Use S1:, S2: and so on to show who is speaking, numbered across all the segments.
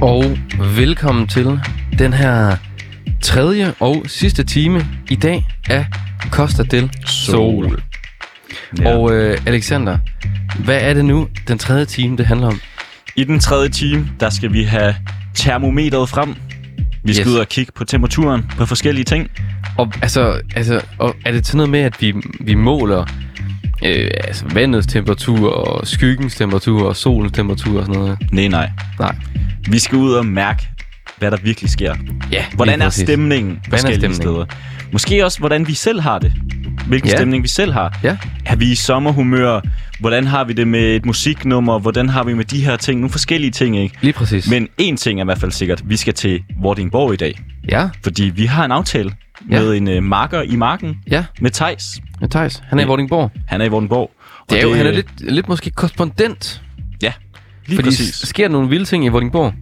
S1: Og velkommen til den her tredje og sidste time i dag af Costa del Sol. Sol. Ja. Og øh, Alexander, hvad er det nu, den tredje time, det handler om?
S2: øh, I den tredje time, der skal vi have termometeret frem. Vi skal
S1: Yes.
S2: yes. ud og kigge på temperaturen på forskellige ting.
S1: Og, altså, altså, og er det sådan noget med, at vi, vi måler øh, altså, vandets temperatur, og skyggens temperatur, og solens temperatur og sådan noget?
S2: Nej, nej.
S1: Nej.
S2: Vi skal ud og mærke, hvad der virkelig sker.
S1: Ja,
S2: Hvordan
S1: lige
S2: er
S1: præcis.
S2: stemningen på forskellige
S1: stemningen?
S2: steder? Måske også, hvordan vi selv har det. Hvilken
S1: Ja.
S2: ja. stemning vi selv har.
S1: Ja.
S2: Er vi i sommerhumør? Hvordan har vi det med et musiknummer? Hvordan har vi med de her ting? Nogle forskellige ting, ikke?
S1: Lige præcis. Men,
S2: Men én ting er i hvert fald sikkert. Vi skal til Vordingborg i dag.
S1: ja,
S2: Fordi vi har en aftale
S1: Ja.
S2: ja. med en øh, marker i marken
S1: ja.
S2: med Tejs.
S1: Men Thijs, han er i
S2: Ja.
S1: Vordingborg.
S2: Han er i Vordingborg. Og
S1: Det er jo, han er lidt, lidt måske korrespondent,
S2: Ja, lige
S1: fordi
S2: præcis.
S1: sker der nogle vilde ting i Vordingborg?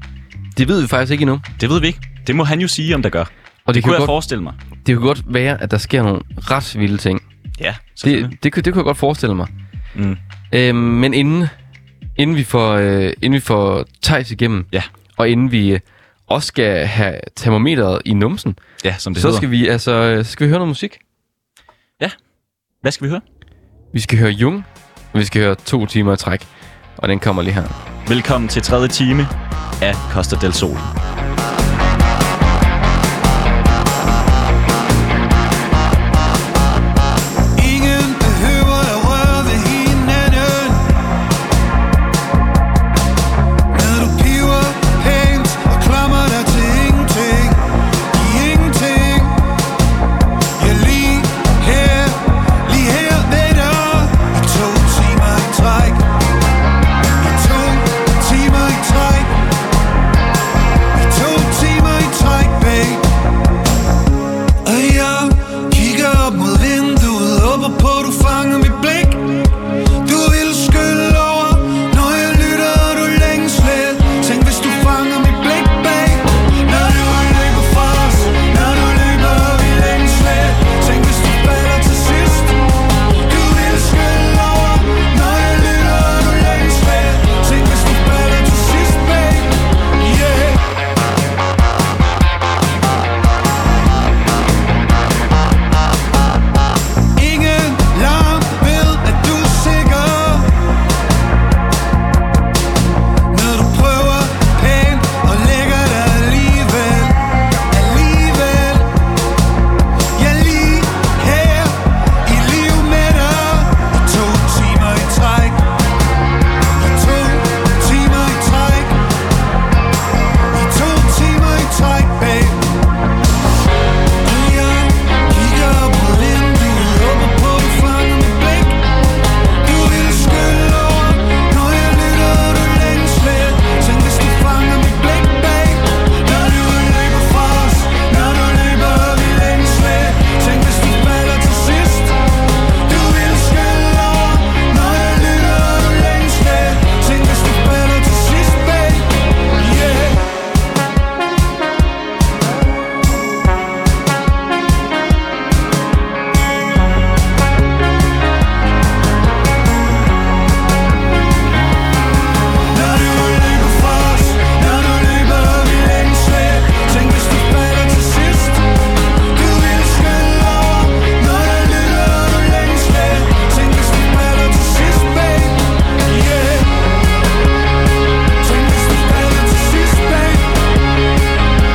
S1: Det ved vi faktisk ikke endnu. Og
S2: Det ved vi ikke. Det må han jo sige, om der gør.
S1: det,
S2: Det
S1: kan
S2: kunne
S1: jo
S2: jeg
S1: godt,
S2: forestille mig.
S1: det kan godt være, at der sker nogle ret vilde ting.
S2: Ja, selvfølgelig.
S1: Det, det, kunne- det kunne jeg godt forestille mig.
S2: Mm.
S1: Øhm, men inden, inden vi får, øh, inden vi får Thijs igennem,
S2: Ja.
S1: og inden vi øh, også skal have termometeret i numsen,
S2: Ja, som det
S1: så
S2: hedder.
S1: skal vi, altså, øh, så skal vi høre noget musik.
S2: Hvad skal vi høre?
S1: Vi skal høre Jung, og vi skal høre to timer i træk, og den kommer lige her.
S2: Velkommen til tredje time af Costa del Sol.
S3: Ingen behøver at røre ved hinanden Når du piver pænt og klamrer dig til ingenting I ingenting Ja, lige her, lige her ved dig I to timer i træk I to timer i træk I to timer i træk, babe og jeg kigger op mod vinduet Håber på du fanger mit blik Du vil skylle over Når jeg lytter og du længes lidt Tænk hvis du fanger mit blik bag Når du løber fra os Når du løber og vi længes lidt Tænk hvis du falder til sidst Du vil skylle over Når jeg lytter og du længes lidt Tænk hvis du falder til sidst bag Yeah Ingen larm ved, at du er sikker Når du prøver pænt og lægger dig alligevel Alligevel Jeg er lige her i liv med dig I to timer i træk I to timer i træk I to timer i træk, babe Yeah. Når du løber fra os, når du løber vi længes væk Tænk hvis du falder til sidst Du vil skylde over, når jeg lytter og du længes væk Tænk hvis du falder til sidst, babe Yeah Tænk hvis du falder til sidst, babe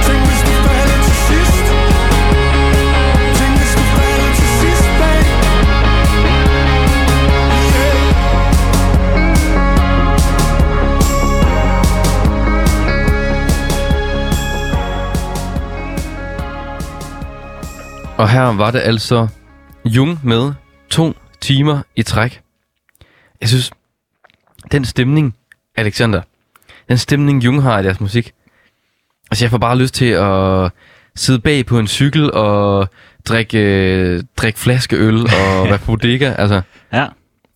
S3: Tænk hvis du falder til sidst Tænk hvis du falder til sidst, babe Yeah
S1: Og her var det altså Jung med to timer i træk. Jeg synes, den stemning, Alexander, den stemning, Jung har i deres musik, altså jeg får bare lyst til at sidde bag på en cykel og drikke, øh, drikke flaskeøl og være på bodega, altså
S2: Ja.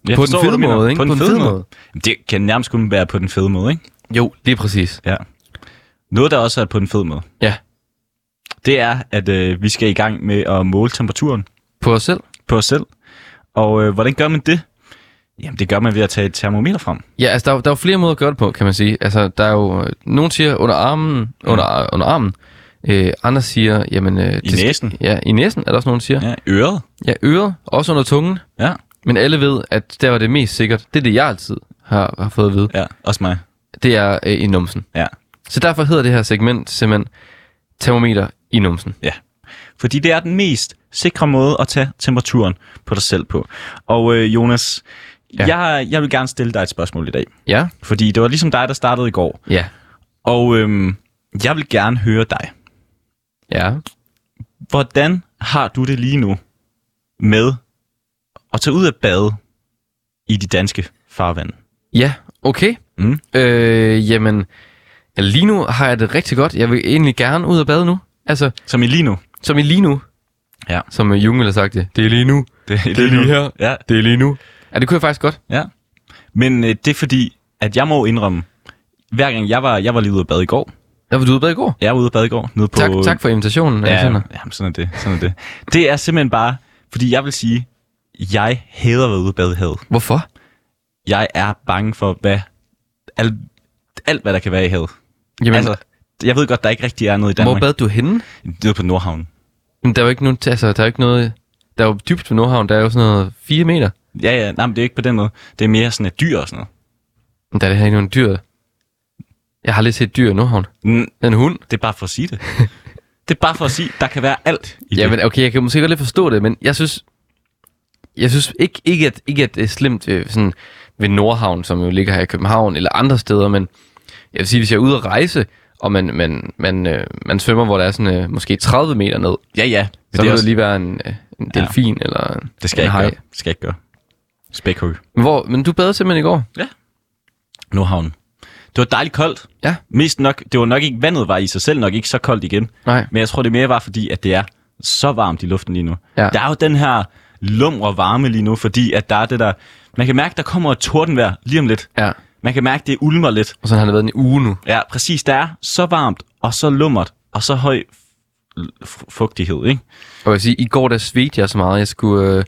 S2: Jeg
S1: på,
S2: forstår,
S1: en fed
S2: hvad du mener.
S1: måde, ikke?
S2: På en, fed, måde. Jamen, Det kan nærmest kun være på den fede måde, ikke?
S1: Jo, lige præcis.
S2: Ja. Noget, der også er på den fede måde,
S1: Ja,
S2: det er, at øh, vi skal i gang med at måle temperaturen
S1: på os selv.
S2: på os selv. Og øh, hvordan gør man det? Jamen, det gør man ved at tage et termometer frem.
S1: Ja, altså der, er- der er jo flere måder at gøre det på, kan man sige. Altså der er jo, øh, nogen siger under armen,
S2: Mm.
S1: under, under armen, øh, andre siger, jamen... Øh, det skal-
S2: næsen.
S1: Ja, i næsen er der også nogen, der siger.
S2: Ja, øret.
S1: Ja, øret, også under tungen.
S2: Ja,
S1: Men alle ved, at der var det mest sikkert. Det er det, jeg altid har, har fået at vide.
S2: ja, også mig.
S1: Det er øh, i numsen.
S2: Ja,
S1: Så derfor hedder det her segment simpelthen termometer i numsen.
S2: ja. Fordi det er den mest sikre måde at tage temperaturen på dig selv på. Og øh, Jonas,
S1: Ja.
S2: ja. jeg, jeg vil gerne stille dig et spørgsmål i dag.
S1: Ja,
S2: Fordi det var ligesom dig, der startede i går.
S1: ja,
S2: Og øhm, jeg vil gerne høre dig.
S1: ja.
S2: Hvordan har du det lige nu med at tage ud at bade i de danske farvande?
S1: Ja, okay.
S2: Mm.
S1: Øh, jamen, ja, lige nu har jeg det rigtig godt. Jeg vil egentlig gerne ud og bade nu. Altså,
S2: Som i lige nu.
S1: som i lige nu.
S2: Ja.
S1: Som øh, Jung ville have sagt det. Det er lige nu.
S2: Det,
S1: Det er lige her.
S2: Ja,
S1: Det er lige nu. Ja, det kunne jeg faktisk godt.
S2: ja. Men øh, det er fordi, at jeg må indrømme, hver gang jeg var, jeg var lige ude at bade i går.
S1: Der var du ude at bade i går.
S2: Jeg var ude at bade i går. Nede på,
S1: Tak, tak for invitationen,
S2: Ja,
S1: Alexander.
S2: jamen, sådan er det. Sådan er det. det er simpelthen bare, fordi jeg vil sige, jeg hader at være ude at bade i havet.
S1: Hvorfor?
S2: Jeg er bange for, hvad alt, alt hvad der kan være i havet.
S1: Jamen,
S2: altså, jeg ved godt, der ikke rigtig er noget i
S1: hvor
S2: Danmark.
S1: bad du henne?
S2: Nede på Nordhavn.
S1: Men der er jo ikke, nogen, altså, der er jo ikke noget... Der er jo dybt ved Nordhavn, der er jo sådan noget 4 meter.
S2: Ja, ja, nej, men det er ikke på den måde. Det er mere sådan et dyr og sådan noget.
S1: Men der er det her ikke nogen dyr. Jeg har lige set dyr i Nordhavn.
S2: Mm,
S1: En hund.
S2: det er bare for at sige det. det er bare for at sige, der kan være alt i
S1: Ja,
S2: det.
S1: men okay, jeg kan måske godt lidt forstå det, men jeg synes... Jeg synes ikke, ikke, at, ikke at det er slemt ved, sådan, ved Nordhavn, som jo ligger her i København, eller andre steder, men jeg vil sige, hvis jeg er ude at rejse, og man, man, man, øh, man svømmer, hvor der er sådan, øh, måske 30 meter ned,
S2: Ja, ja. Men
S1: så
S2: det,
S1: vil også...
S2: er også,
S1: det lige være en, øh, en delfin ja. eller en-
S2: det skal
S1: en
S2: jeg
S1: haj.
S2: ikke gøre. Det skal jeg ikke gøre. Spækhug.
S1: Men, hvor, men du badede simpelthen i går?
S2: Nordhavn. Det var dejligt koldt.
S1: Ja.
S2: Mest nok, det var nok ikke, vandet var i sig selv nok ikke så koldt igen.
S1: Nej.
S2: Men jeg tror, det mere var fordi, at det er så varmt i luften lige nu.
S1: Ja.
S2: Der er jo den her lumre varme lige nu, fordi at der er det der... Man kan mærke, der kommer et tordenvejr lige om lidt.
S1: Ja.
S2: Man kan mærke, det ulmer lidt.
S1: Og sådan har det været en uge nu.
S2: Ja, præcis. Der er så varmt, og så lummert, og så høj f- f- fugtighed, ikke?
S1: Og jeg vil sige, i går der svedte jeg så meget, jeg skulle øh,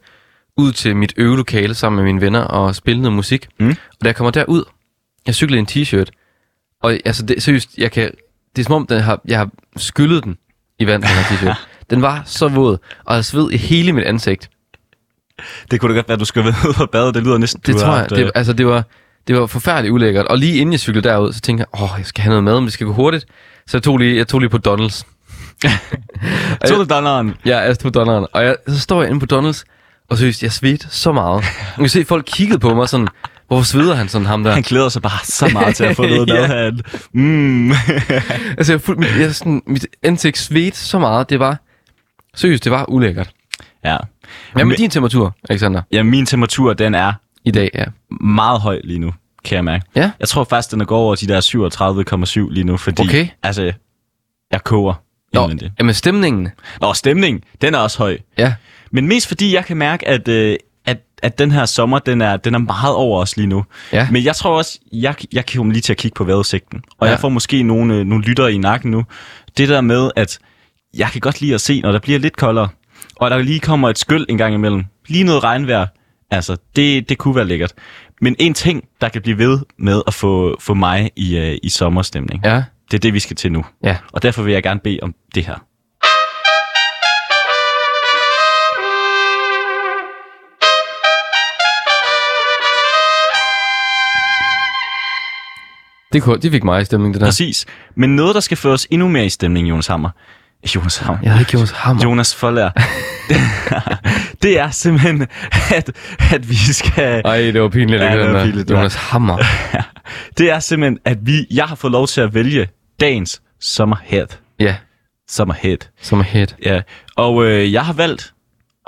S1: ud til mit øvelokale sammen med mine venner og spille noget musik.
S2: Mm.
S1: Og da jeg kommer derud, jeg cyklede i en t-shirt, og altså det, seriøst, jeg kan, det er som om, den har, jeg har skyllet den i vand, den her t-shirt. den var så våd, og jeg sved i hele mit ansigt.
S2: Det kunne da godt være, du skulle være ude og bade. Det lyder næsten...
S1: Det
S2: du har
S1: tror jeg,
S2: haft, øh,
S1: det, altså det var, det var forfærdeligt ulækkert. Og lige inden jeg cyklede derud, så tænkte jeg, åh, jeg skal have noget mad, men det skal gå hurtigt. Så jeg tog lige, jeg tog lige på Donald's.
S2: Tog du donneren?
S1: Ja, jeg stod Donald's. Og jeg, så står jeg inde på Donald's, og seriøst, jeg svedte så meget. Man kan se, at folk kiggede på mig sådan, hvorfor sveder han sådan ham der?
S2: Han glæder sig bare så meget til at få noget
S1: Ja.
S2: mad herinde. Mm.
S1: Altså, jeg, fuld, mit, jeg, sådan, mit ansigt svedte så meget, det var, seriøst, det var ulækkert.
S2: ja.
S1: Hvad med
S2: Men-
S1: din temperatur, Alexander,
S2: ja, min temperatur, den er
S1: i dag? Ja.
S2: meget høj lige nu, kan jeg mærke.
S1: Ja.
S2: Jeg tror faktisk, den er gået over de der 37,7 lige nu, fordi...
S1: Okay.
S2: Altså, jeg koger
S1: Nå,
S2: indvendigt.
S1: jamen stemningen.
S2: Nå, stemningen, den er også høj.
S1: Ja,
S2: Men mest fordi jeg kan mærke, at, øh, at, at den her sommer, den er, den er meget over os lige nu.
S1: Ja.
S2: Men jeg tror også, jeg, jeg kommer lige til at kigge på vejrudsigten. Og
S1: Ja.
S2: ja. jeg får måske nogle, øh, nogle lyttere i nakken nu. Det der med, at jeg kan godt lide at se, når der bliver lidt koldere, og der lige kommer et skyld en gang imellem. Lige noget regnvejr. Altså, det, det kunne være lækkert. Men en ting, der kan blive ved med at få, få mig i, øh, i sommerstemning,
S1: ja,
S2: det er det, vi skal til nu.
S1: ja.
S2: Og derfor vil jeg gerne bede om det her.
S1: Det, kunne, det fik mig i stemningen, det der.
S2: Præcis. Men noget, der skal føre os endnu mere i stemning, Jonas Hammer. Jonas Hammer.
S1: Jeg havde ikke Jonas Hammer.
S2: Jonas Forlær. det er simpelthen, at, at vi skal...
S1: Ej, det var pinligt,
S2: Ja,
S1: ikke,
S2: det
S1: den
S2: var
S1: der.
S2: pinligt, det var.
S1: Jonas Hammer.
S2: Det er simpelthen, at vi, jeg har fået lov til at vælge dagens sommerhead.
S1: Ja,
S2: Sommerhead.
S1: som er hit.
S2: Ja. Og øh, jeg har valgt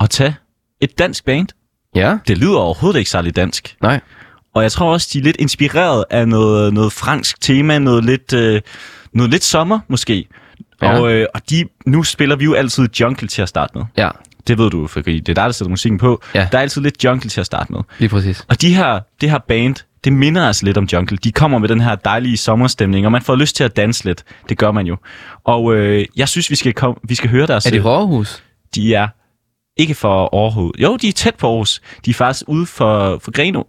S2: at tage et dansk band.
S1: Ja,
S2: Det lyder overhovedet ikke særlig dansk.
S1: nej.
S2: Og jeg tror også, de er lidt inspireret af noget, noget fransk tema, noget lidt, øh, noget lidt sommer måske.
S1: Ja.
S2: Ja. Og, øh, og de, nu spiller vi jo altid jungle til at starte med.
S1: Ja,
S2: Det ved du, fordi det er dig, der sætter musikken på.
S1: Ja.
S2: Der er altid lidt jungle til at starte med.
S1: lige præcis.
S2: Og de her, det her band, det minder os lidt om Jungle. De kommer med den her dejlige sommerstemning, og man får lyst til at danse lidt. Det gør man jo. Og øh, jeg synes, vi skal, kom, vi skal høre deres...
S1: Er det
S2: øh,
S1: fra Aarhus?
S2: de er ikke for Aarhus. Jo, de er tæt på Aarhus. De er faktisk ude for, for Greno.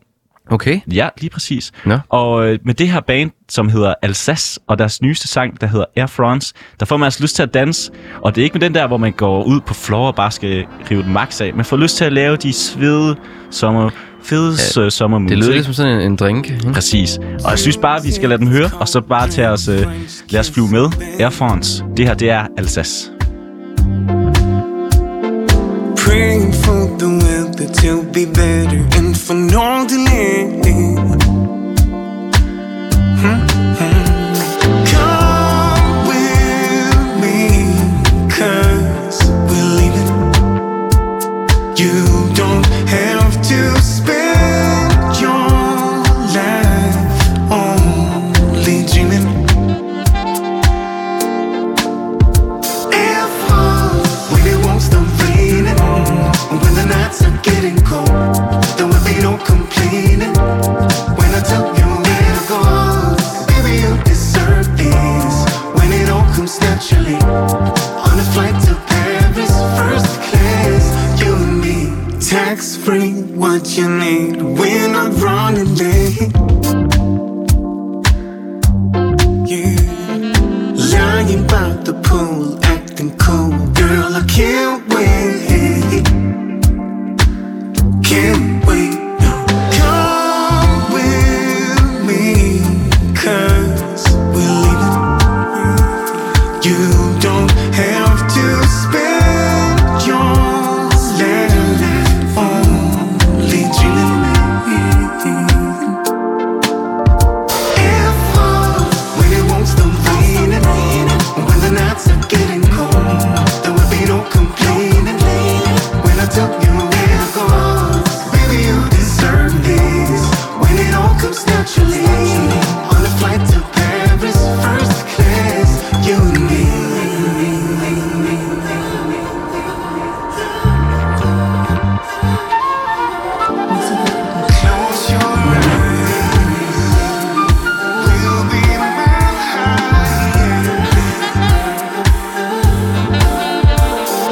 S1: Okay.
S2: Ja, lige præcis.
S1: Nå.
S2: Og øh, med det her band, som hedder Alsace, og deres nyeste sang, der hedder Air France, der får man altså lyst til at danse. Og det er ikke med den der, hvor man går ud på floor og bare skal rive den max af. Man får lyst til at lave de svede sommer, fede ja, sommermus.
S1: Det lyder
S2: ikke?
S1: lidt som sådan en, en drink. ikke?
S2: Præcis. Og jeg synes bare, vi skal lade den høre, og så bare tage os, øh, lad os flyve med. Air France. Det her, det er Alsace.
S4: Praying for the weather to be better and for no delay. Hmm, Come with me, 'cause we're leaving. You don't have to spend your life only dreaming. Air France, when it won't stop raining, and when the nights are getting cold, there will be no complaining. When I tell you where to go, baby you deserve this. When it all comes naturally, on a flight to Paris, first class, you and me, tax free, what you need. We're not running late. Yeah. Lying by the pool, acting cool. Girl, I can't wait. Can't wait. Come with me, cause we're leaving. You don't have to spend your life only dreaming. When it won't stop raining, when the nights are getting cold, there will be no complaining. When I tell you where to go, baby you deserve this. When it all comes naturally, on a flight to Paris, first class, you and me. Close your eyes. We'll be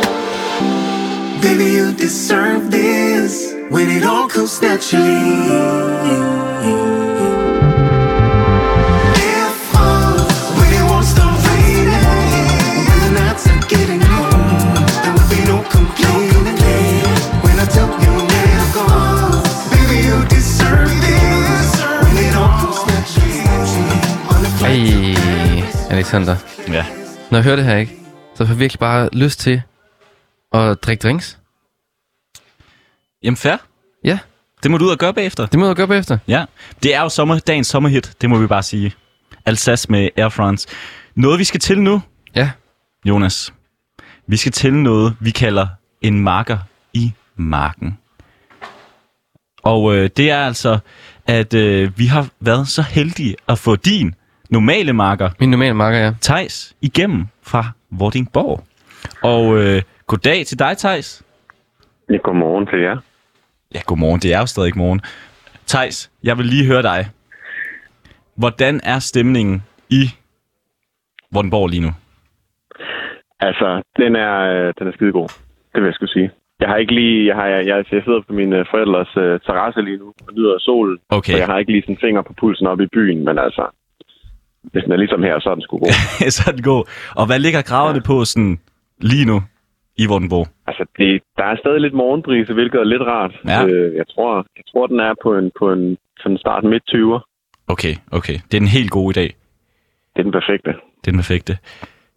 S4: high. Baby, you deserve this when it all comes naturally.
S1: Ej, Alexander.
S2: Ja.
S1: Når jeg hører det her, ikke, så får jeg virkelig bare lyst til at drikke drinks.
S2: Jamen fair.
S1: Ja,
S2: Det må du ud og gøre bagefter.
S1: det må jeg gøre bagefter.
S2: Ja, det er jo sommer, dagens sommerhit, det må vi bare sige. Alsace med Air France. Noget vi skal til nu,
S1: Ja,
S2: Jonas. Vi skal til noget, vi kalder en marker i marken. Og øh, det er altså, at øh, vi har været så heldige at få din normale marker,
S1: min normale marker, ja.
S2: Tejs, igennem fra Vordingborg. Og øh, goddag til dig, Tejs.
S5: Ja, Godmorgen til jer.
S2: Ja, godmorgen. Det er jo stadig morgen. Tejs, jeg vil lige høre dig. Hvordan er stemningen i Vordingborg lige nu?
S5: Altså, den er, øh, den er skidegod. Det vil jeg skulle sige. Jeg har ikke lige... Jeg, har, jeg, jeg sidder på mine øh, forældres øh, terrasse lige nu og nyder solen.
S2: Okay.
S5: Og jeg har ikke lige sådan finger på pulsen op i byen, men altså... Hvis den er ligesom her, så er den sgu god.
S2: sådan god. Og hvad ligger graverne ja. på sådan lige nu i Vordingborg?
S5: altså, det, der er stadig lidt morgenbrise, hvilket er lidt rart.
S2: Ja.
S5: Øh, jeg, tror, jeg tror, den er på en, på en sådan start midt 20'er.
S2: Okay, okay. Det er den helt gode i dag.
S5: Det er den perfekte.
S2: Det er den perfekte.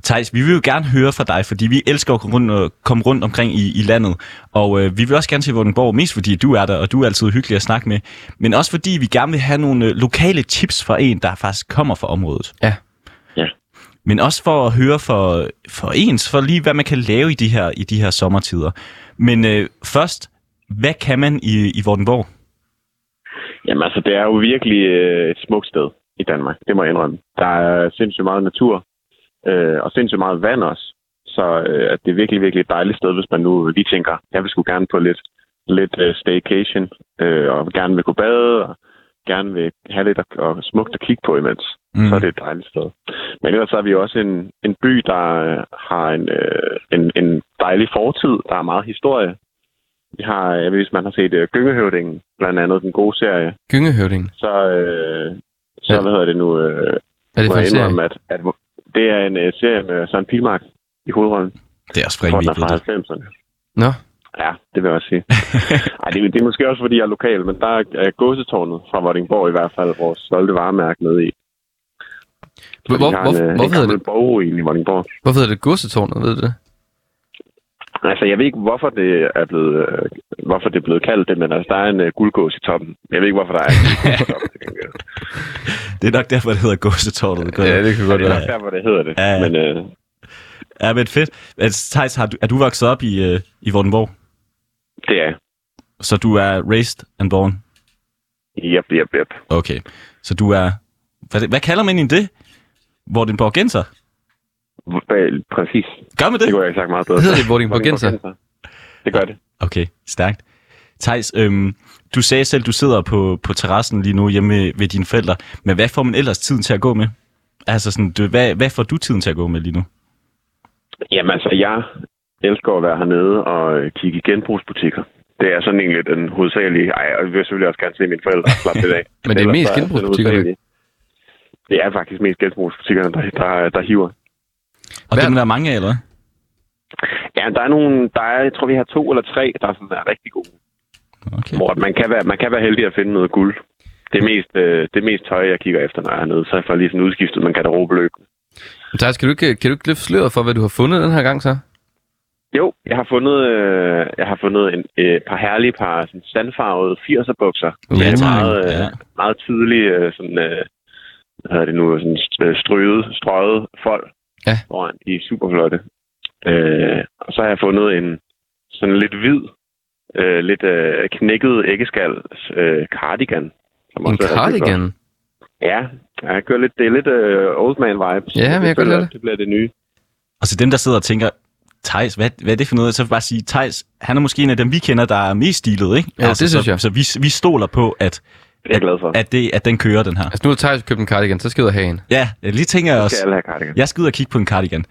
S2: Thijs, vi vil jo gerne høre fra dig, fordi vi elsker at komme rundt, og komme rundt omkring i, i landet. Og øh, vi vil også gerne til Vordingborg, mest fordi du er der, og du er altid hyggelig at snakke med. Men også fordi vi gerne vil have nogle øh, lokale tips fra en, der faktisk kommer fra området.
S1: Ja.
S5: Ja.
S2: Men også for at høre for, for ens, for lige hvad man kan lave i de her, i de her sommertider. Men øh, først, hvad kan man i, i Vordingborg?
S5: Jamen altså, det er jo virkelig øh, et smukt sted i Danmark. Det må jeg indrømme. Der er sindssygt meget natur, øh, og sindssygt meget vand også. Så øh, at det er virkelig, virkelig et dejligt sted, hvis man nu lige tænker, jeg vil sgu gerne på lidt, lidt øh, staycation, øh, og gerne vil gå bade, og gerne vil have lidt at, og smukt at kigge på imens. Mm. Så er det et dejligt sted. Men ellers så er vi jo også en, en by, der øh, har en, øh, en, en dejlig fortid. Der er meget historie. Vi har, jeg ved, hvis man har set øh, Gyngehøvdingen, blandt andet den gode serie,
S1: Gyngehøvding.
S5: så, øh, så
S1: Ja.
S5: hvad hedder det nu? Øh,
S1: Er det
S5: må
S1: for en
S5: jeg
S1: serie?
S5: indrømme, at, at det er en øh, serie med Søren Pilmark i hovedrollen.
S2: Det er også
S5: Jeg tror, den
S2: rimelig
S5: er fra
S2: vildt.
S5: 90'erne.
S1: Nå,
S5: Ja, det vil jeg også sige. Ej, det, det er måske også, fordi jeg er lokal, men der er øh, gåsetårnet fra Vordingborg i hvert fald, vores stolte varemærke nede i.
S1: hvor, hvor, hvor,
S5: øh,
S1: hvorfor, hedder det,
S5: Borg i Vordingborg.
S1: hvorfor hedder det godsetårnet, ved du det?
S5: Altså, jeg ved ikke, hvorfor det er blevet, øh, hvorfor det er blevet kaldt det, men altså, der er en øh, guldgås i toppen. Jeg ved ikke, hvorfor der er en guldgås i toppen. til gengæld.
S2: Det er nok derfor, det hedder Gåsetårnet.
S1: det kan godt
S5: Det er nok der, hvor det hedder det.
S2: Ja, ja.
S5: Men øh,
S2: Ja, men fedt. Altså, Thijs, har du, er du vokset op i, øh, i Vortenborg?
S5: det er...
S2: Så du er raised and born?
S5: Jep, jep, jep.
S2: Okay. Så du er... Hvad, hvad kalder man egentlig det? Vortenborgenser?
S5: Øh, Præcis.
S2: Gør man
S5: Det
S2: det?
S5: kunne jeg ikke sagt meget bedre.
S1: Hedder det Vordingborgenser?
S5: Det gør det.
S2: Okay, stærkt. Thijs, øhm, du sagde selv, du sidder på, på terrassen lige nu hjemme ved, ved dine forældre. Men hvad får man ellers tiden til at gå med? Altså, sådan, du, hvad, hvad får du tiden til at gå med lige nu?
S5: Jamen altså, jeg elsker at være hernede og øh, kigge i genbrugsbutikker. Det er sådan egentlig den hovedsagelige... Ej, og jeg vil selvfølgelig også gerne se mine forældre slappe lidt af.
S1: Men det er
S5: Ellers
S1: mest
S5: så den
S1: genbrugsbutikkerne.
S5: hovedsagelige- Det er faktisk mest genbrugsbutikkerne, der, der, der hiver.
S2: Og
S1: Hvad-
S2: det må være mange af, eller hvad?
S5: Ja, der er nogle... Der er, jeg tror, vi har to eller tre, der sådan er rigtig gode.
S2: Okay.
S5: Hvor man kan være, man kan være heldig at finde noget guld. Det
S1: Mm.
S5: er mest, øh, det er mest tøj, jeg kigger efter, når jeg er hernede. Så jeg får lige sådan udskiftet, man kan da råbe løb.
S1: Thijs, kan du ikke, kan du ikke løfte sløret for, hvad du har fundet den her gang så?
S5: Jo, jeg har fundet, øh, jeg har fundet en, øh, par herlige par sådan sandfarvede 80'er bukser.
S1: Uh,
S5: med
S1: tak.
S5: meget, øh,
S2: Ja.
S5: meget tydelige øh, sådan, øh, hvad hedder det nu, sådan st- øh, strøget, strøget fold
S1: Ja.
S5: foran. De er super flotte. Øh, og så har jeg fundet en sådan lidt hvid, øh, lidt øh, knækket æggeskal øh, cardigan. Som
S1: En
S5: også er rigtig flot.
S1: cardigan?
S5: Ja, jeg kører lidt, det er lidt øh, old man vibes.
S1: Ja, men jeg kan
S5: det,
S1: godt
S5: føler
S1: lide
S5: jeg, det bliver det nye.
S2: Og til Altså, dem, der sidder og tænker, Thijs, hvad, hvad er det for noget? Så vil jeg bare sige, Thijs, han er måske en af dem, vi kender, der er mest stilet, ikke? Altså,
S1: Ja, det synes
S2: så,
S1: jeg.
S2: Så vi, vi stoler på, at,
S5: Det er jeg glad for.
S2: at, det, at den kører, den her.
S1: Altså nu har Thijs købt en cardigan, så skal jeg ud og have en.
S2: Ja, jeg lige tænker jeg
S5: Så
S2: også.
S5: skal alle have cardigan.
S2: Jeg skal ud og kigge på en cardigan.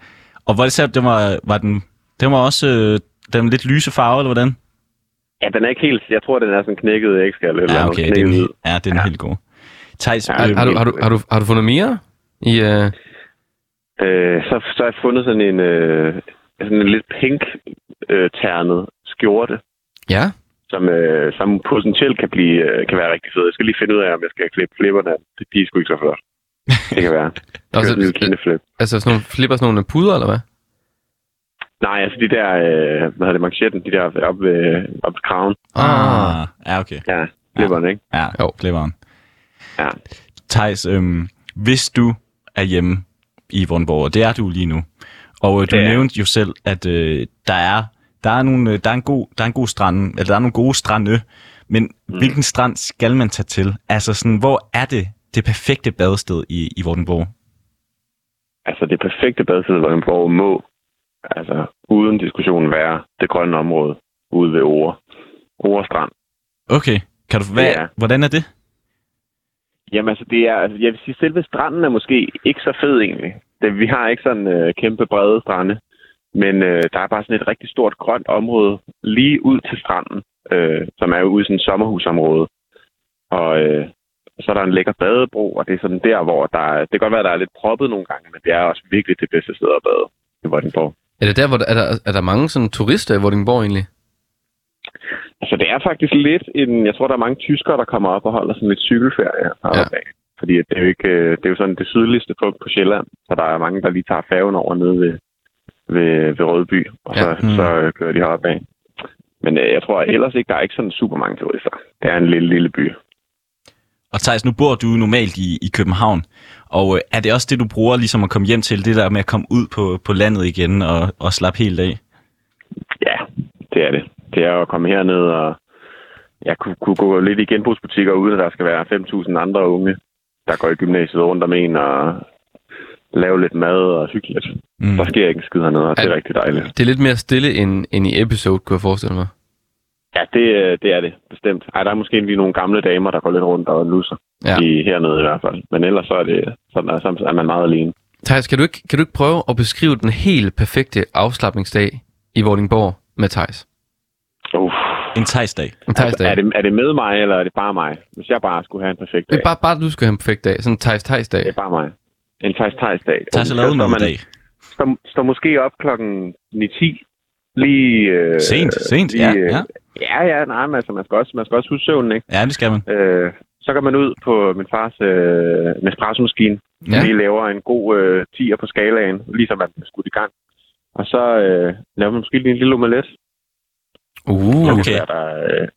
S2: Og hvor er det selv, den var, var den, den var også øh, den lidt lyse farve, eller hvordan?
S5: Ja, den er ikke helt... Jeg tror, den er sådan knækket ægskal. eller
S2: Ja,
S5: noget,
S2: Ah, okay,
S5: knækket
S2: den,
S5: hvid.
S2: ja, den er helt god. Thijs,
S5: Ja,
S2: øh,
S1: Har du, har du, har du, har du fundet mere? I, øh,
S5: Øh, så, så har jeg fundet sådan en, øh, sådan en lidt pink-ternet skjorte,
S1: ja,
S5: som, øh, som potentielt kan, blive, øh, kan være rigtig fed. Jeg skal lige finde ud af, om jeg skal klippe flipperne. af. Det de er sgu ikke så flot. Det kan være. Det
S1: Og så-
S5: er en lille kindeflip.
S1: altså sådan nogle, flipper sådan nogle puder, eller hvad?
S5: Nej, altså de der, øh, hvad hedder det, manchetten, de der oppe ved, oppe ved kraven.
S1: Ah,
S2: Ah, ja, okay.
S5: Ja, flipperne, ikke?
S2: Ja,
S1: Jo.
S2: jo.
S5: Ja.
S2: Thijs, øhm, hvis du er hjemme i Vordingborg, og det er du lige nu, og øh, du
S5: Ja.
S2: nævnte jo selv, at øh, der er der er, nogle, øh, der, er en god, der er en god strand, eller der er nogle gode strande, men mm. hvilken strand skal man tage til? Altså sådan, hvor er det det perfekte badested i, i Vordingborg?
S5: Altså det perfekte badsted, hvor en borg må, altså uden diskussion være det grønne område ude ved Ore. Ore Strand.
S2: Okay, kan du, hvad,
S5: Det er.
S2: hvordan er det?
S5: Jamen altså, det er, altså, jeg vil sige, selve stranden er måske ikke så fed egentlig. Det, vi har ikke sådan øh, kæmpe brede strande, men øh, der er bare sådan et rigtig stort grønt område lige ud til stranden, øh, som er jo ude i sådan et sommerhusområde. Og øh, så er der en lækker badebro, og det er sådan der, hvor der er, det kan godt være, der er lidt proppet nogle gange, men det er også virkelig det bedste sted at bade i Vordingborg.
S1: er det der, hvor der, er, der, er der mange sådan turister i Vordingborg egentlig?
S5: Altså, det er faktisk lidt en... Jeg tror, der er mange tyskere, der kommer op og holder sådan lidt cykelferie her
S1: Ja.
S5: ja. dag. Fordi at det er, jo ikke, øh, det er jo sådan det sydligste punkt på Sjælland, så der er mange, der lige tager færgen over nede ved, ved, ved Rødby, og
S1: Ja.
S5: ja. så,
S2: Mm.
S5: mm. så øh, kører de heroppe af. Men øh, jeg tror ellers ikke, der er ikke sådan super mange turister. Det er en lille, lille by.
S2: Og Thijs, nu bor du normalt i, i København, og øh, er det også det, du bruger ligesom at komme hjem til, det der med at komme ud på, på landet igen og, og slappe helt af?
S5: Ja, det er det. Det er jo at komme herned og jeg kunne, kunne gå lidt i genbrugsbutikker, uden at der skal være 5.000 andre unge, der går i gymnasiet rundt om en og lave lidt mad og hygge lidt. Mm. Der sker ikke en skid hernede, og det er
S1: Al-
S5: rigtig dejligt.
S1: Det er lidt mere stille end, end i episode, kunne jeg forestille mig.
S5: Ja, det, øh, det er det, bestemt. Ej, der er måske lige nogle gamle damer, der går lidt rundt og lusser.
S1: Ja.
S5: Ja. I, hernede i hvert fald. Men ellers så er, det, sådan er, så er man meget alene.
S1: Thijs, kan du, ikke, kan du ikke prøve at beskrive den helt perfekte afslappningsdag i Vordingborg med Thijs?
S5: Uff.
S2: En tejsdag.
S1: En Thijs dag.
S5: Er, det, er det med mig, eller er det bare mig? Hvis jeg bare skulle have en perfekt
S1: Det
S5: dag.
S1: er bare, bare, du skal have en perfekt dag. Sådan en Thijs Thijs dag.
S5: det er bare mig. En Thijs Thijs dag.
S2: Tejs og lavede med dag.
S5: Står, står måske op klokken 9-10. Lige, øh,
S2: Sent, sent, ja,
S5: øh,
S2: ja.
S5: ja, ja, nej, men altså, man skal også, man skal også huske søvnen, ikke?
S2: Ja, det skal man.
S5: Øh, så går man ud på min fars øh, Nespresso-maskine.
S1: Ja.
S5: Ja. Lige laver en god øh, 10'er på skalaen, ligesom man er skudt i gang. Og så øh, laver man måske lige en lille omelet.
S1: Uh,
S5: Det
S2: Okay.
S5: kan være, der, øh,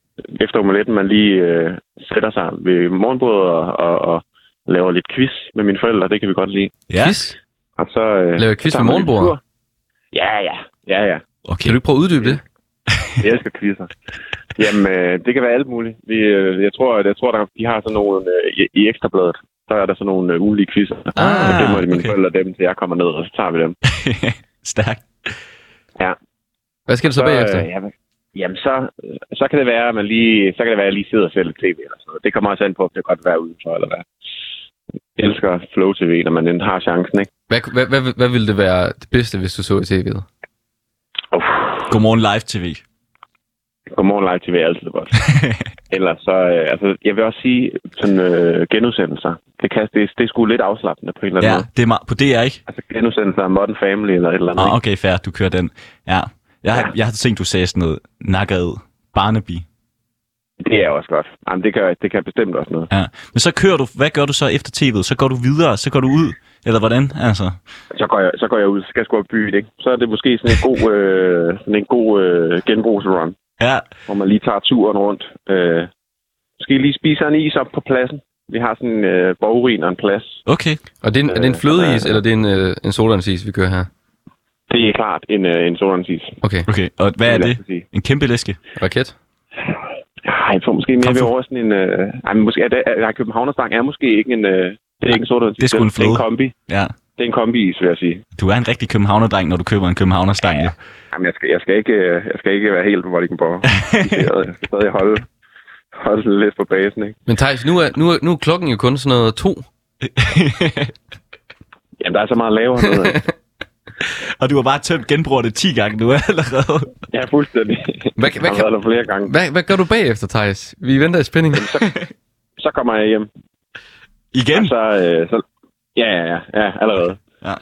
S5: efter omeletten, man lige øh, sætter sig ved morgenbordet og, og, og laver lidt quiz med mine forældre. Det kan vi godt lide.
S2: Ja,
S1: quiz.
S5: Og så, øh,
S1: Laver I quiz
S5: så
S1: ved
S5: tager man en
S1: morgenbordet?
S5: tur. Ja, ja. Ja, ja.
S2: okay.
S1: Kan du ikke prøve at uddybe det?
S5: Jeg elsker quizzer. Jamen, øh, det kan være alt muligt. Vi, øh, jeg tror, at jeg tror der, de har sådan nogle... Øh, i, I Ekstrabladet, der er der sådan nogle øh, ugenlige quizzer.
S2: Ah,
S5: og det må de mine
S2: okay.
S5: forældre dem, til jeg kommer ned, og så tager vi dem.
S2: Stærkt.
S1: Hvad skal du så, så bagefter?
S5: øh, jamen, jamen så, øh, så kan det være, at man lige, så kan det være, at jeg lige sidder og ser lidt tv eller sådan noget. Det kommer også an på, om det kan godt være udenfor eller hvad. Jeg elsker Flow TV, når man den har chancen, ikke?
S1: Hvad, hvad, hvad, hvad ville det være det bedste, hvis du så i tv'et?
S5: Uff,
S2: Godmorgen live tv.
S5: godmorgen live TV er altid godt. Ellers så, øh, altså, jeg vil også sige, sådan øh, genudsendelser, det, kan, det, det er sgu lidt afslappende på en eller anden
S2: Ja,
S5: måde.
S2: det er meget. På DR, ikke?
S5: Altså genudsendelser af Modern Family eller et eller andet.
S2: Ah,
S5: ikke?
S2: okay, fair. Du kører den. Ja. Jeg, har, jeg har tænkt, du sagde sådan noget nakket Barnaby.
S5: Det er også godt. Jamen, det kan, det kan bestemt også noget.
S2: Ja. Men så kører du, hvad gør du så efter tv'et? Så går du videre, så går du ud, eller hvordan? Altså,
S5: Så går jeg, så går jeg ud, så skal jeg sgu op i byen, ikke? Så er det måske sådan en god, øh, sådan en god øh, genbrugsrun.
S2: ja,
S5: hvor man lige tager turen rundt. Øh, måske lige spiser en is op på pladsen. Vi har sådan en øh, borgerin og en plads.
S2: okay.
S1: Og det er en, er det en
S5: Øh,
S1: flødeis,
S5: øh,
S1: eller det er en, øh, en sodavandsis, vi kører her?
S5: Det er klart en, øh, en solrensis.
S1: Okay,
S2: Okay, og hvad er
S5: Vil jeg
S2: det?
S5: så sige.
S2: En kæmpe læske?
S1: raket.
S5: Ej, jeg tror måske mere,
S2: Kom,
S5: vi
S2: fru.
S5: er over sådan en... Øh, ej, men måske, er det, er, er Københavnerstang er måske ikke en... Øh, det er ikke en solrensis.
S2: Det er sgu en
S5: Det er en
S2: fløde.
S5: kombi.
S2: Ja.
S5: Det er en kombi-is, vil jeg sige.
S2: Du er en rigtig københavnerdreng, når du køber en københavnerstang. Ja.
S5: Jamen, jeg skal, jeg skal, ikke, øh, jeg skal ikke være helt på Vordingborg. jeg skal stadig holde, holde lidt på basen, ikke?
S1: Men Thijs, nu er, nu, er, nu er klokken jo kun sådan noget to.
S5: Jamen, der er så meget at lave hernede. ikke?
S2: Og du har bare tømt genbrugerne 10 gange nu allerede.
S5: Ja, fuldstændig.
S1: Hvad,
S5: Jeg
S1: hvad,
S5: har
S1: kan,
S5: været der flere gange.
S1: hvad, hvad gør du bagefter, Thijs? Vi venter i spænding.
S5: Så kommer jeg hjem.
S2: Igen?
S5: Og så, øh, så, ja, ja, ja, ja, allerede.
S2: Ja.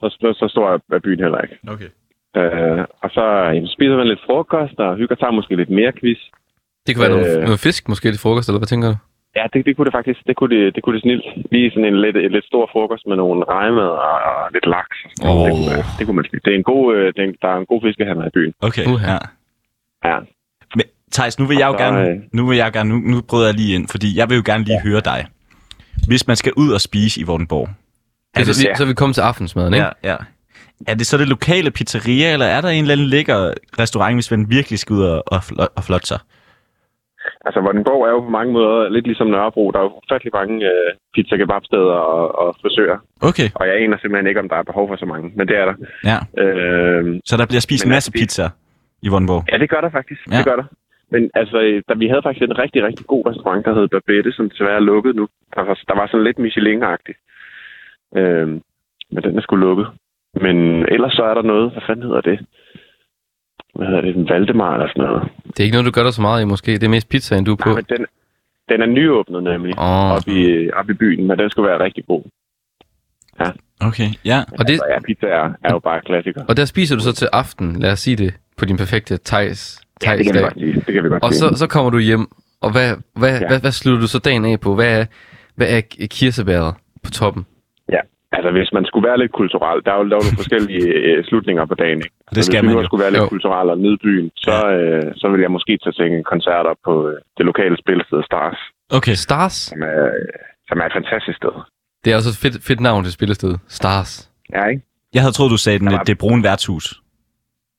S5: Så, så, så stor er byen heller ikke.
S2: Okay.
S5: Øh, og så jamen, spiser man lidt frokost og hygger sig måske lidt mere quiz.
S1: Det kunne være noget,
S5: Øh.
S1: noget fisk måske til frokost, eller hvad tænker du?
S5: Ja, det, det kunne det faktisk. Det kunne det, det, kunne det snilt. Lige sådan en lidt, en lidt stor frokost med nogle rejmad og, og lidt laks.
S2: Åh.
S5: Det, kunne, man- det kunne man snilt. Det er en god, øh, det er en, der er en god fiskehandler i byen.
S2: Okay,
S1: Uha.
S2: ja.
S5: Ja.
S2: Men Thijs, nu vil jeg jo
S5: Og så, øh,
S2: gerne, nu vil jeg gerne, nu, nu bryder jeg lige ind, fordi jeg vil jo gerne lige høre dig. Hvis man skal ud og spise i Vordingborg,
S1: Altså,
S2: det-
S1: vi,
S5: ja.
S1: så er vi kommet til aftensmaden, ikke?
S2: ja, ja. er det så det lokale pizzeria, eller er der en eller anden lækker restaurant, hvis man virkelig skal ud og, og, flo- og flotte sig?
S5: Altså, Vordingborg er jo på mange måder lidt ligesom Nørrebro. Der er jo ufattelig mange øh, pizza kebabsteder og, og frisører.
S2: Okay,
S5: Og jeg aner simpelthen ikke, om der er behov for så mange. Men det er der.
S2: ja.
S5: Øh,
S2: Så der bliver spist en
S5: Men
S2: masse
S5: altså, det-
S2: pizza i Vordingborg?
S5: Ja, det gør der faktisk.
S2: Ja.
S5: Ja. Det gør der. Men altså, øh, der, vi havde faktisk en rigtig, rigtig god restaurant, der hed Babette, som desværre er lukket nu. Der var, der var sådan lidt Michelin-agtig. Øhm, men den er sgu lukket. Men ellers så er der noget, hvad fanden hedder det? Hvad hedder det? En Valdemar eller sådan noget.
S1: Det er ikke noget, du gør dig så meget i, måske. Det er mest pizzaen, du er på.
S5: Nej, men den, den er nyåbnet nemlig,
S1: Åh.
S5: op, i, op i byen, men den skulle være rigtig god.
S2: Okay, ja.
S1: Og, det,
S5: Så ja, pizza er, er jo bare klassiker.
S1: og der spiser du så til aften, lad os sige det, på din perfekte Thijs,
S5: Ja, det
S1: Thijs
S5: kan vi
S1: dag.
S5: godt sige. Det kan vi godt
S1: Og
S5: sige.
S1: så, så kommer du hjem, og hvad, hvad, ja.
S5: Ja.
S1: hvad, hvad slutter du så dagen af på? Hvad er, hvad er k- kirsebæret på toppen?
S5: Ja, altså hvis man skulle være lidt kulturel, der er jo der er jo nogle forskellige øh, slutninger på dagen. Ikke?
S2: Det
S5: Så
S2: skal
S5: hvis
S2: man
S5: nu
S2: jo.
S5: skulle være lidt
S1: Jo.
S5: kulturel og nyde byen, så, øh, så vil jeg måske tage til en koncert op på øh, det lokale spilsted Stars,
S2: Okay,
S1: Stars?
S5: som er, øh, som er et fantastisk sted.
S1: Det er også et fedt, fedt navn til spillested. Stars.
S5: Ja, ikke?
S2: jeg havde troet, du sagde den,
S5: Der var-
S2: det brune værtshus.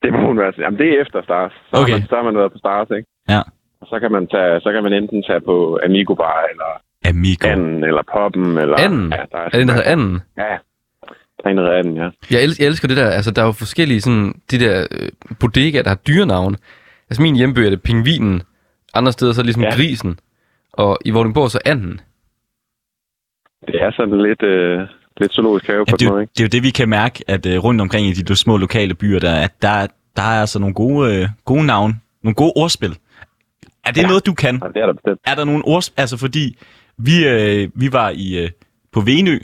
S5: Det må hun være. Jamen, det er efter Stars. Så,
S2: Okay.
S5: har man, så har man været på Stars, ikke?
S2: Ja.
S5: Og så kan man, tage, så kan man enten tage på Amigo Bar, eller
S2: Amigo.
S5: Anden, eller Poppen, eller...
S1: Anden?
S5: Ja, der er,
S1: Er det en, der hedder anden?
S5: Ja, der er en, der hedder Anden, ja.
S1: Jeg, el- jeg elsker det der. Altså, der er jo forskellige sådan, de der øh, bodegaer, der har dyrenavn. Altså, min hjemby er det pingvinen. Andre steder så er det ligesom ja.
S5: Ja.
S1: grisen. Og i Vordingborg så anden.
S5: Det er sådan lidt, øh, lidt zoologisk have på
S2: Ja, det,
S5: ja,
S2: er
S5: en
S2: jo,
S5: måde, ikke?
S2: det er jo det, vi kan mærke, at uh, rundt omkring i de, de små lokale byer, der, at der, der er altså nogle gode, uh, gode navn, nogle gode ordspil. Er det ja.
S5: Ja.
S2: noget, du kan?
S5: Ja, det er der bestemt.
S2: Er der nogle ordspil? Altså fordi, vi, øh, vi var i øh, på Venø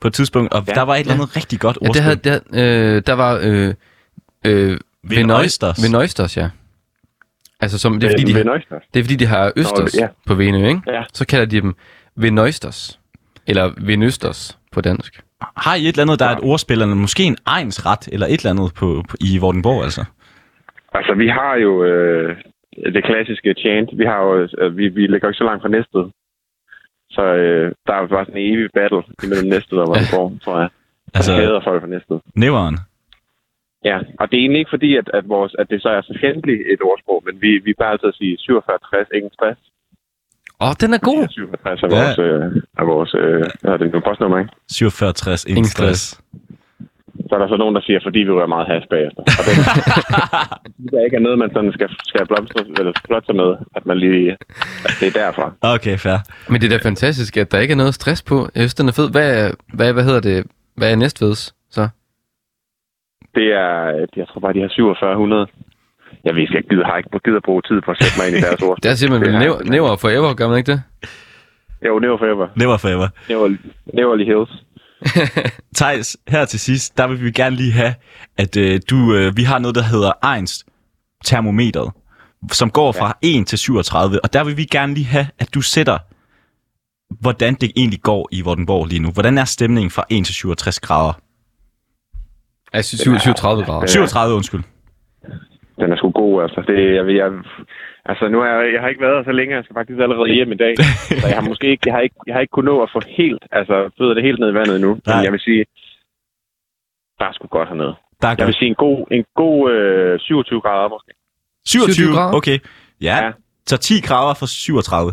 S2: på et tidspunkt, og ja.
S5: Ja.
S2: der var et eller andet rigtig godt
S1: Ja,
S2: ordspil.
S1: det havde, der, øh, der var... Øh, øh,
S2: Ved Oysters.
S1: Ved Nøjsters, ja. Altså, som, det, er,
S5: Øh,
S1: fordi, de,
S5: ved
S1: har-
S5: Nøjsters.
S1: det er fordi, de har Østers Nå,
S5: ja.
S1: ja. på Venø, ikke?
S5: Ja.
S1: Så kalder de dem ved Nøjsters. Eller ved Nøsters på dansk.
S2: Har I et eller andet, der er et ordspil, eller måske en egensret, eller et eller andet på, på, i Vordingborg, altså?
S5: Altså, vi har jo øh, det klassiske chant. Vi har jo, øh, vi, vi ligger jo ikke så langt fra Næstved. Så øh, der er bare sådan en evig battle imellem Næstved og Vordingborg, tror jeg.
S2: Altså,
S5: Altså, der hader folk fra Næstved.
S2: næveren.
S5: Ja, og det er egentlig ikke fordi, at, at, vores, at det så er så fjendtligt et ordsprog, men vi, vi plejer altid at sige 47, 60, ingen stress.
S1: Åh, den er god!
S5: 47 er
S2: Ja.
S5: vores, øh, er vores øh, hvad er det nu, postnummer, ikke?
S2: 47, 60, ingen
S1: Ingen
S2: stress.
S1: stress.
S5: Så er der så nogen, der siger, fordi vi rører meget hash bagefter. Og det, det der ikke er noget, man sådan skal, skal blomstre, eller flotte sig med, at man lige... At det er derfra.
S2: Okay, fair.
S1: Men det er da fantastisk, at der ikke er noget stress på. Jeg synes, den er fed. Hvad, er- hvad, hvad hedder det? Hvad er næstveds så?
S5: Det er, øh, jeg tror bare, de har 4700. Jeg ved, jeg gider, har ikke gider bruge tid på at sætte mig ind i deres ord.
S1: Det er simpelthen
S5: Det er-
S1: vel næver forever, gør man ikke det?
S5: Jo, never forever.
S2: Never forever.
S5: Never, neverly hills.
S2: Thijs, her til sidst, der vil vi gerne lige have, at øh, du, øh, vi har noget, der hedder Ejens termometeret, som går fra ja. 1 til 37, og der vil vi gerne lige have, at du sætter, hvordan det egentlig går i Vordingborg lige nu. Hvordan er stemningen fra 1 til 67 grader?
S1: Jeg synes 37 grader.
S2: 37, undskyld.
S5: Den er sgu god, altså. Det, jeg, ved- jeg, altså nu har jeg, jeg har ikke været her så længe, jeg skal faktisk allerede hjem i dag. Så jeg har måske ikke, jeg har ikke, jeg har ikke kunnet nå at få helt, altså fødder det helt ned i vandet endnu.
S2: Nej.
S5: Men jeg vil sige, der er sgu godt hernede.
S2: Der er
S5: Jeg vil
S2: godt.
S5: sige en god, en god øh, 27 grader måske.
S2: 27,
S1: 27 grader.
S2: okay. Ja, ja,
S5: Ja.
S2: så 10 grader fra 37.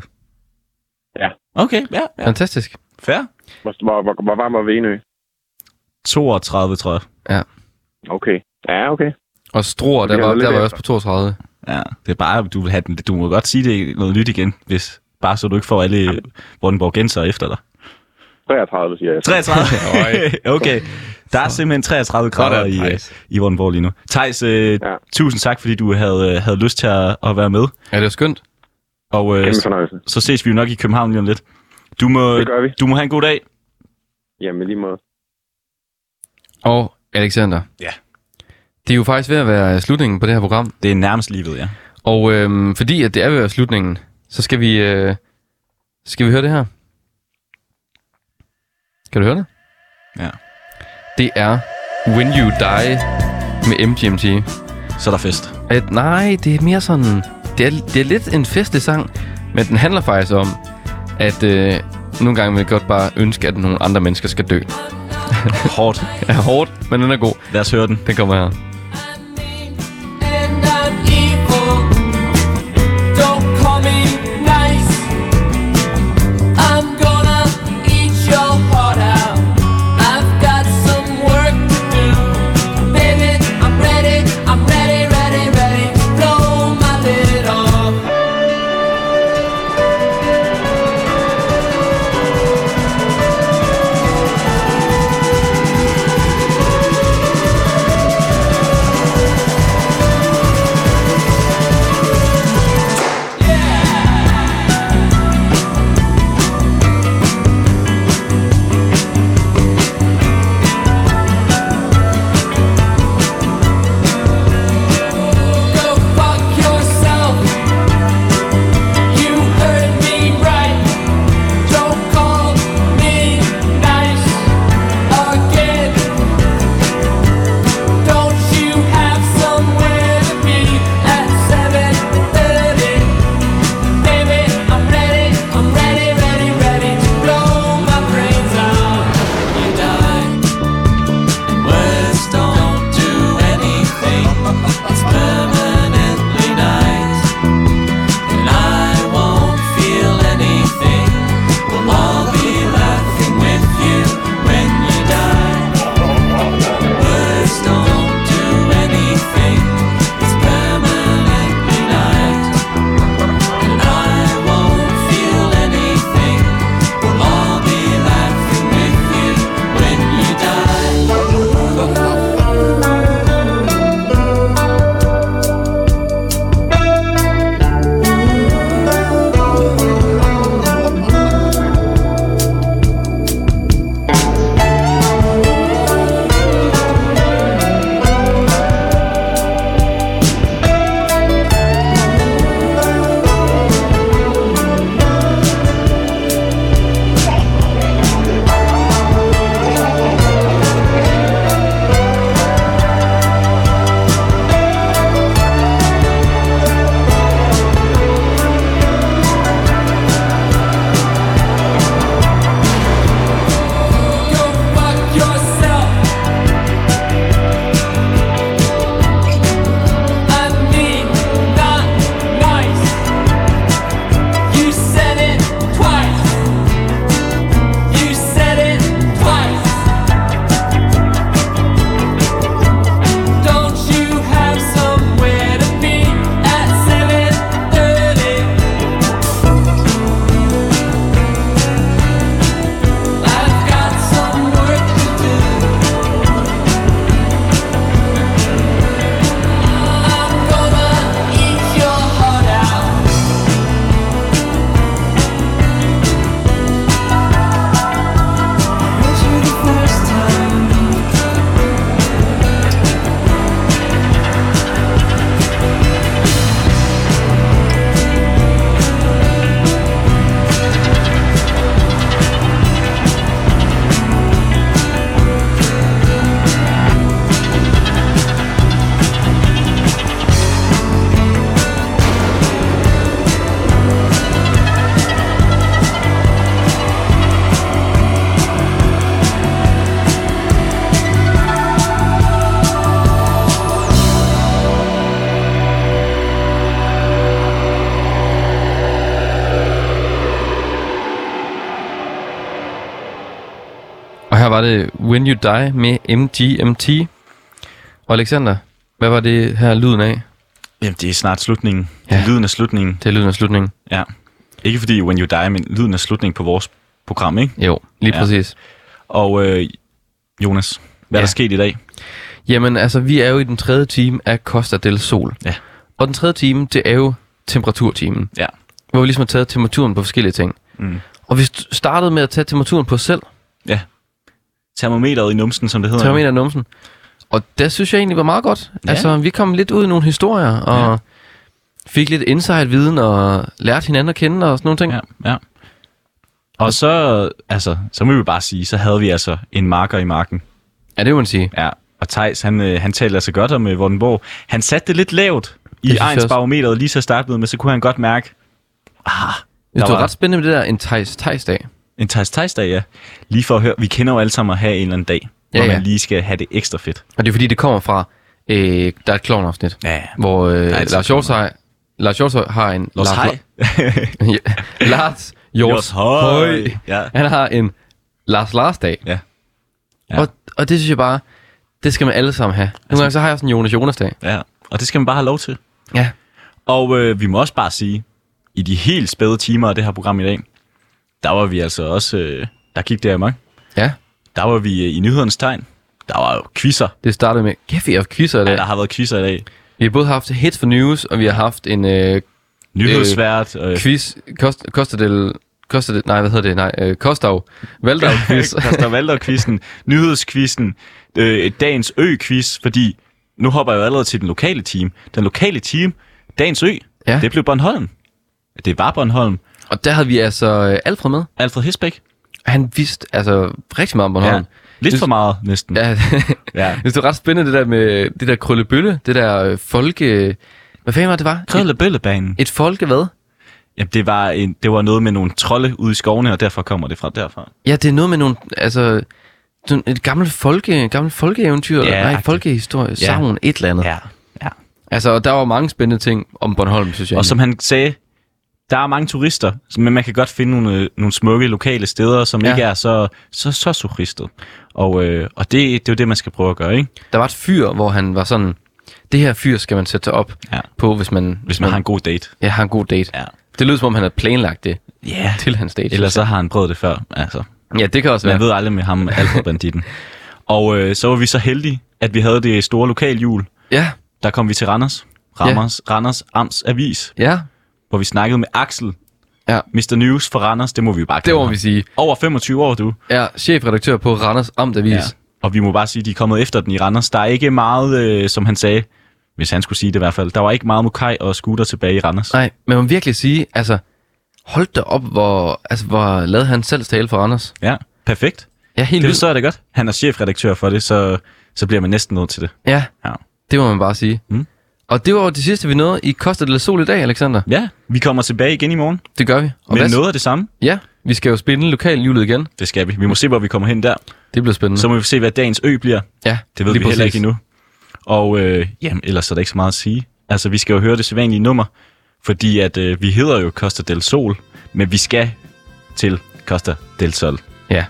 S5: Ja.
S2: Okay, ja, ja.
S1: Fantastisk.
S2: fair.
S5: Hvor, hvor, hvor, hvor varm var Venø?
S2: 32, tror jeg.
S5: Okay. Ja, okay.
S1: Og Struer, der
S5: Det er
S1: var,
S5: lidt
S1: der var
S5: efter.
S1: også på 32.
S2: Ja, det er bare, du vil have den. Du må godt sige det er noget nyt igen, hvis bare så du ikke får alle Vordingborg genser efter dig.
S5: 33, siger jeg.
S2: 33? okay. Der er simpelthen 33 grader
S1: Sådan,
S2: i, øh,
S1: Thijs.
S2: i Vordingborg lige nu. Thijs, øh, ja.
S5: Ja.
S2: tusind tak, fordi du havde, øh, havde lyst til at, at være med.
S1: Ja, det er skønt.
S2: Og øh,
S5: Kæmpe fornøjelse.
S2: så ses vi jo nok i København lige om lidt. Du må,
S5: Det gør vi.
S2: du må have en god dag.
S5: Jamen lige måde.
S1: Og Alexander.
S2: Ja.
S1: Det er jo faktisk ved at være slutningen på det her program.
S2: Det er nærmest livet, ja.
S1: Og øhm, fordi at det er ved at være slutningen, så skal vi, øh, skal vi høre det her. Kan du høre det?
S2: Ja.
S1: Det er When You Die med MGMT.
S2: Så er der fest.
S1: At, Øh, nej, det er mere sådan... Det er, det er lidt en festlig sang, men den handler faktisk om, at øh, nogle gange vil jeg godt bare ønske, at nogle andre mennesker skal dø.
S2: Hårdt.
S1: Det er hårdt, men den er god.
S2: Lad os høre den.
S1: Den kommer her.
S6: And I'm evil. Don't call me nice. I'm gonna eat your heart out. I've got some work to do. Baby, I'm ready, I'm ready, ready, ready. Blow my lid off.
S1: Og her var det When You Die med MGMT. Og Alexander, hvad var det her lyden af?
S2: Jamen, det er snart slutningen.
S1: Ja.
S2: Ja. Lyden af slutningen,
S1: Det er lyden af slutningen.
S2: ja. Ikke fordi When You Die, men lyden af slutningen på vores program, ikke?
S1: Jo, lige ja.
S2: Ja.
S1: præcis.
S2: Og øh, Jonas, hvad
S1: Ja.
S2: ja. er der sket i dag?
S1: Jamen, altså, vi er jo i den tredje time af Costa del Sol.
S2: Ja.
S1: Og den tredje time, det er jo temperaturtimen,
S2: Ja.
S1: hvor vi ligesom har taget temperaturen på forskellige ting.
S2: Mm.
S1: Og vi st- startede med at tage temperaturen på os selv,
S2: Ja. Termometeret i numsen, som det hedder.
S1: termometer i numsen. Og det synes jeg egentlig var meget godt. Ja.
S2: Ja.
S1: Altså, vi kom lidt ud i nogle historier, og ja. fik lidt insight-viden, og lærte hinanden at kende, og sådan nogle ting.
S2: Ja, ja. Og så, altså, så må vi bare sige, så havde vi altså en marker i marken.
S1: ja det må man sige.
S2: Ja. Og Tejs, han, øh, han talte altså godt om øh, Vortenborg. Han satte det lidt lavt
S1: synes
S2: i
S1: jeg også.
S2: egensbarometeret lige så startede med, så kunne han godt mærke,
S1: Det
S2: Der
S1: var
S2: var-
S1: ret spændende med det der en Thijs Thijs dag.
S2: En Thijs Thijs dag, ja. Lige for at høre, vi kender jo alle sammen at have en eller anden dag,
S1: Ja,
S2: ja, hvor
S1: ja.
S2: man lige skal have det ekstra fedt.
S1: Og det er fordi, det kommer fra, øh, der er et klovnafsnit,
S2: Ja.
S1: hvor øh,
S2: er et
S1: Lars Hjortøj, Lars Hjortøj har en...
S2: Lars Hej.
S1: ja, Lars Hjort
S2: Hjort Høj.
S1: Høj.
S2: Ja.
S1: Han har en Lars Lars dag.
S2: Ja. Ja. Altså-
S1: Og, og det synes jeg bare, det skal man alle sammen have. Nogle gange så har jeg sådan en Jonas Jonas dag.
S2: ja. Og det skal man bare have lov til.
S1: Ja.
S2: Og øh, vi må også bare sige, i de helt spæde timer af det her program i dag, der var vi altså også, øh, der gik det amok.
S1: Ja,
S2: Der var vi øh, i nyhedernes tegn. Der var jo quizzer.
S1: det startede med, kæft, vi har haft quizzer i
S2: Ja,
S1: dag.
S2: der har været quizzer i dag.
S1: Vi har både haft hits for news, og vi har haft en øh,
S2: Nyhedsvært. Øh,
S1: quiz, Costa, Costa del... Costa del, nej, hvad hedder det? Nej, øh, Kostov. Valdov quiz.
S2: Koster Valder-quizzen, nyhedsquizzen, øh, dagens ø-quiz, fordi nu hopper jeg jo allerede til den lokale team. Den lokale team, dagens ø,
S1: Ja.
S2: ja. det blev Bornholm. Det var Bornholm.
S1: og der havde vi altså øh, Alfred med.
S2: Alfred Hisbæk.
S1: Han vidste altså rigtig meget om Bornholm.
S2: Lidt
S1: Synes-
S2: for meget, næsten. Ja.
S1: Ja.
S2: ja.
S1: det er ret spændende, det der med det der krøllebølle, det der øh, folke... Hvad fanden var det, det, var? Et,
S2: Krøllebøllebanen.
S1: et folke hvad?
S2: Jamen, det var, en, det var noget med nogle trolde ude i skovene, og derfor kommer det fra derfra.
S1: Ja, det er noget med nogle... Altså, sådan et gammelt folke, et gammelt folkeeventyr,
S2: Ja,
S1: ja, nej,
S2: agtigt.
S1: folkehistorie, ja.
S2: Ja.
S1: savn, et eller andet. Ja.
S2: ja.
S1: Altså, og der var mange spændende ting om Bornholm, synes jeg.
S2: Og som han sagde, der er mange turister, men man kan godt finde nogle, øh, nogle smukke lokale steder, som
S1: Ja.
S2: ja. ikke er så, så, så turistet. Og, øh, og det, det er jo det, man skal prøve at gøre, ikke?
S1: Der var et fyr, hvor han var sådan, det her fyr skal man sætte sig op ja.
S2: Ja.
S1: på, hvis man,
S2: Hvis man har en god date.
S1: ja, har en god date. Ja.
S2: Ja.
S1: Det lød som om, han havde planlagt det
S2: Ja.
S1: til hans date.
S2: Ellers så har han prøvet det før, altså.
S1: Ja, det kan også
S2: Man
S1: være.
S2: ved aldrig med ham, Alfred Banditten. og øh, så var vi så heldige, at vi havde det store lokaljul.
S1: Ja,
S2: Der kom vi til Randers. Randers, ja. Randers Amts Avis,
S1: ja,
S2: hvor vi snakkede med Axel.
S1: Ja.
S2: Mr. News for Randers, det må vi jo bare
S1: det
S2: kalde
S1: må
S2: ham.
S1: vi sige.
S2: Over 25 år, du.
S1: Er chefredaktør på Randers Amtavis. Ja.
S2: Og vi må bare sige, at de er kommet efter den i Randers. Der er ikke meget, øh, som han sagde, hvis han skulle sige det i hvert fald, der var ikke meget Mokai og Scooter tilbage i Randers.
S1: Nej, men man må virkelig sige, altså, hold da op, hvor, altså, hvor lavede han selv tale for Randers.
S2: Ja, perfekt.
S1: Ja, helt
S2: Det
S1: vildt.
S2: forstår jeg da godt. Han er chefredaktør for det, så, så bliver man næsten nødt til det.
S1: Ja,
S2: Ja.
S1: det må man bare sige. Mm.
S2: Mm.
S1: Og det var jo det sidste, vi nåede i Costa del Sol i dag, Alexander.
S2: Ja, vi kommer tilbage igen i morgen.
S1: Det gør vi.
S2: Og med
S1: hvad-
S2: noget af det samme.
S1: Ja, vi skal jo spille lokalhjulet igen.
S2: Det skal vi. Vi må se, hvor vi kommer hen der.
S1: Det bliver spændende.
S2: Så må vi se, hvad dagens ø bliver.
S1: ja,
S2: Det ved
S1: lige
S2: vi heller
S1: præcis.
S2: ikke endnu. Og øh, jamen, ellers er der ikke så meget at sige. Altså, vi skal jo høre det sædvanlige nummer, fordi at øh, vi hedder jo Costa del Sol, men vi skal til Costa del Sol.
S1: Ja,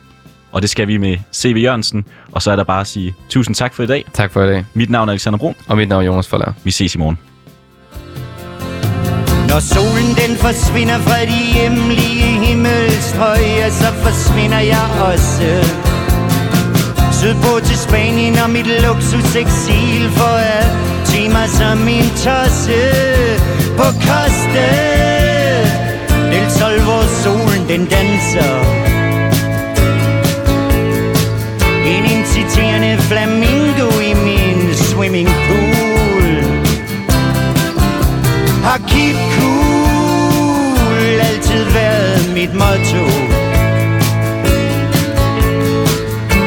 S2: Og det skal vi med C.V. Jørgensen. Og så er der bare at sige tusind tak for i dag.
S1: tak for i dag.
S2: Mit navn er Alexander Brun.
S1: Og mit navn er Jonas Forlager.
S2: Vi ses i morgen.
S3: Når solen den forsvinder fra de hjemlige himmelstrøg, ja, så forsvinder jeg også. Sydpå til Spanien og mit luksuseksil for at tage mig som min tosse på koste. Del sol, hvor solen den danser. En inciterende flamingo i min swimming pool. Har keep cool altid været mit motto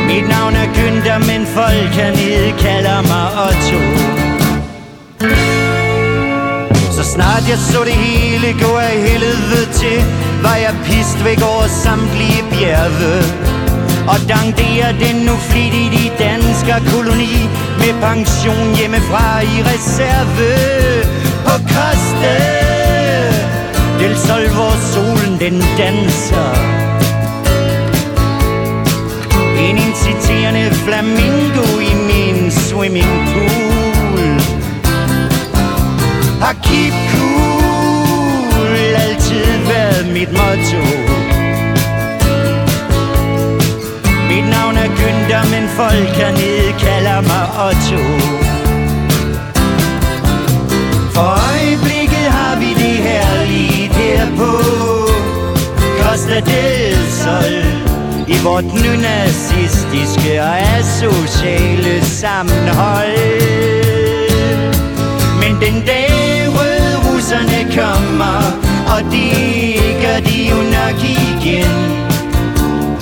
S3: Mit navn er Günther, men folk hernede kalder mig Otto Så snart jeg så det hele gå af helvede til Var jeg pist væk over samtlige bjerge og dankderer den nu flittigt i dansker koloni Med pension hjemmefra i reserve På koste Del sol, hvor solen den danser i En inciterende flamingo i min swimmingpool Har keep cool altid været mit motto Mit navn er Günther, men folk hernede kalder mig Otto for øjeblikket har vi det her lige her på Costa del Sol I vort nynazistiske og asociale sammenhold Men den dag røde russerne kommer Og det gør de jo nok igen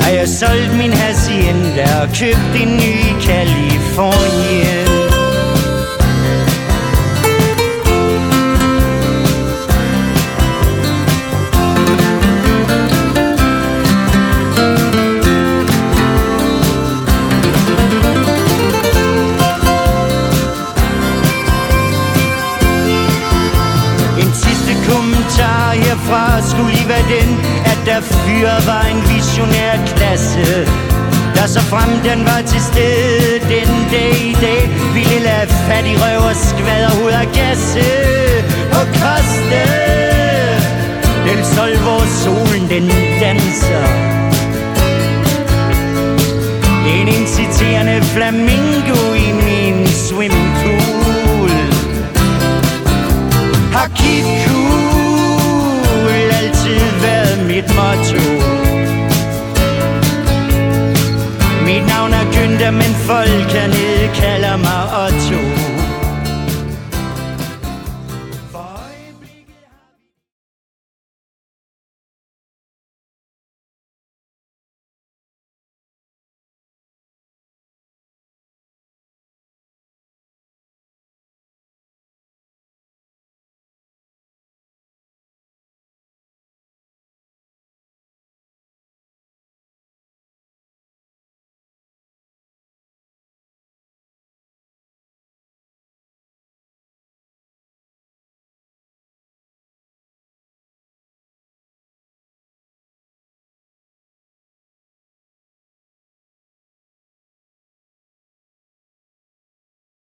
S3: Har jeg solgt min hacienda og købt en ny i Kalifornien En sidste kommentar herfra skulle lige være den, at der fyre var en visionær klasse. Der så frem den var til stede den dag i dag, ville lade fattig røv og skvader ud af gasse på koste. Den sol, hvor solen den danser. En inciterende flamingo i min swimmingpool har keep cool altid været mit motto. Mit navn er Günther, men folk hernede kalder mig Otto.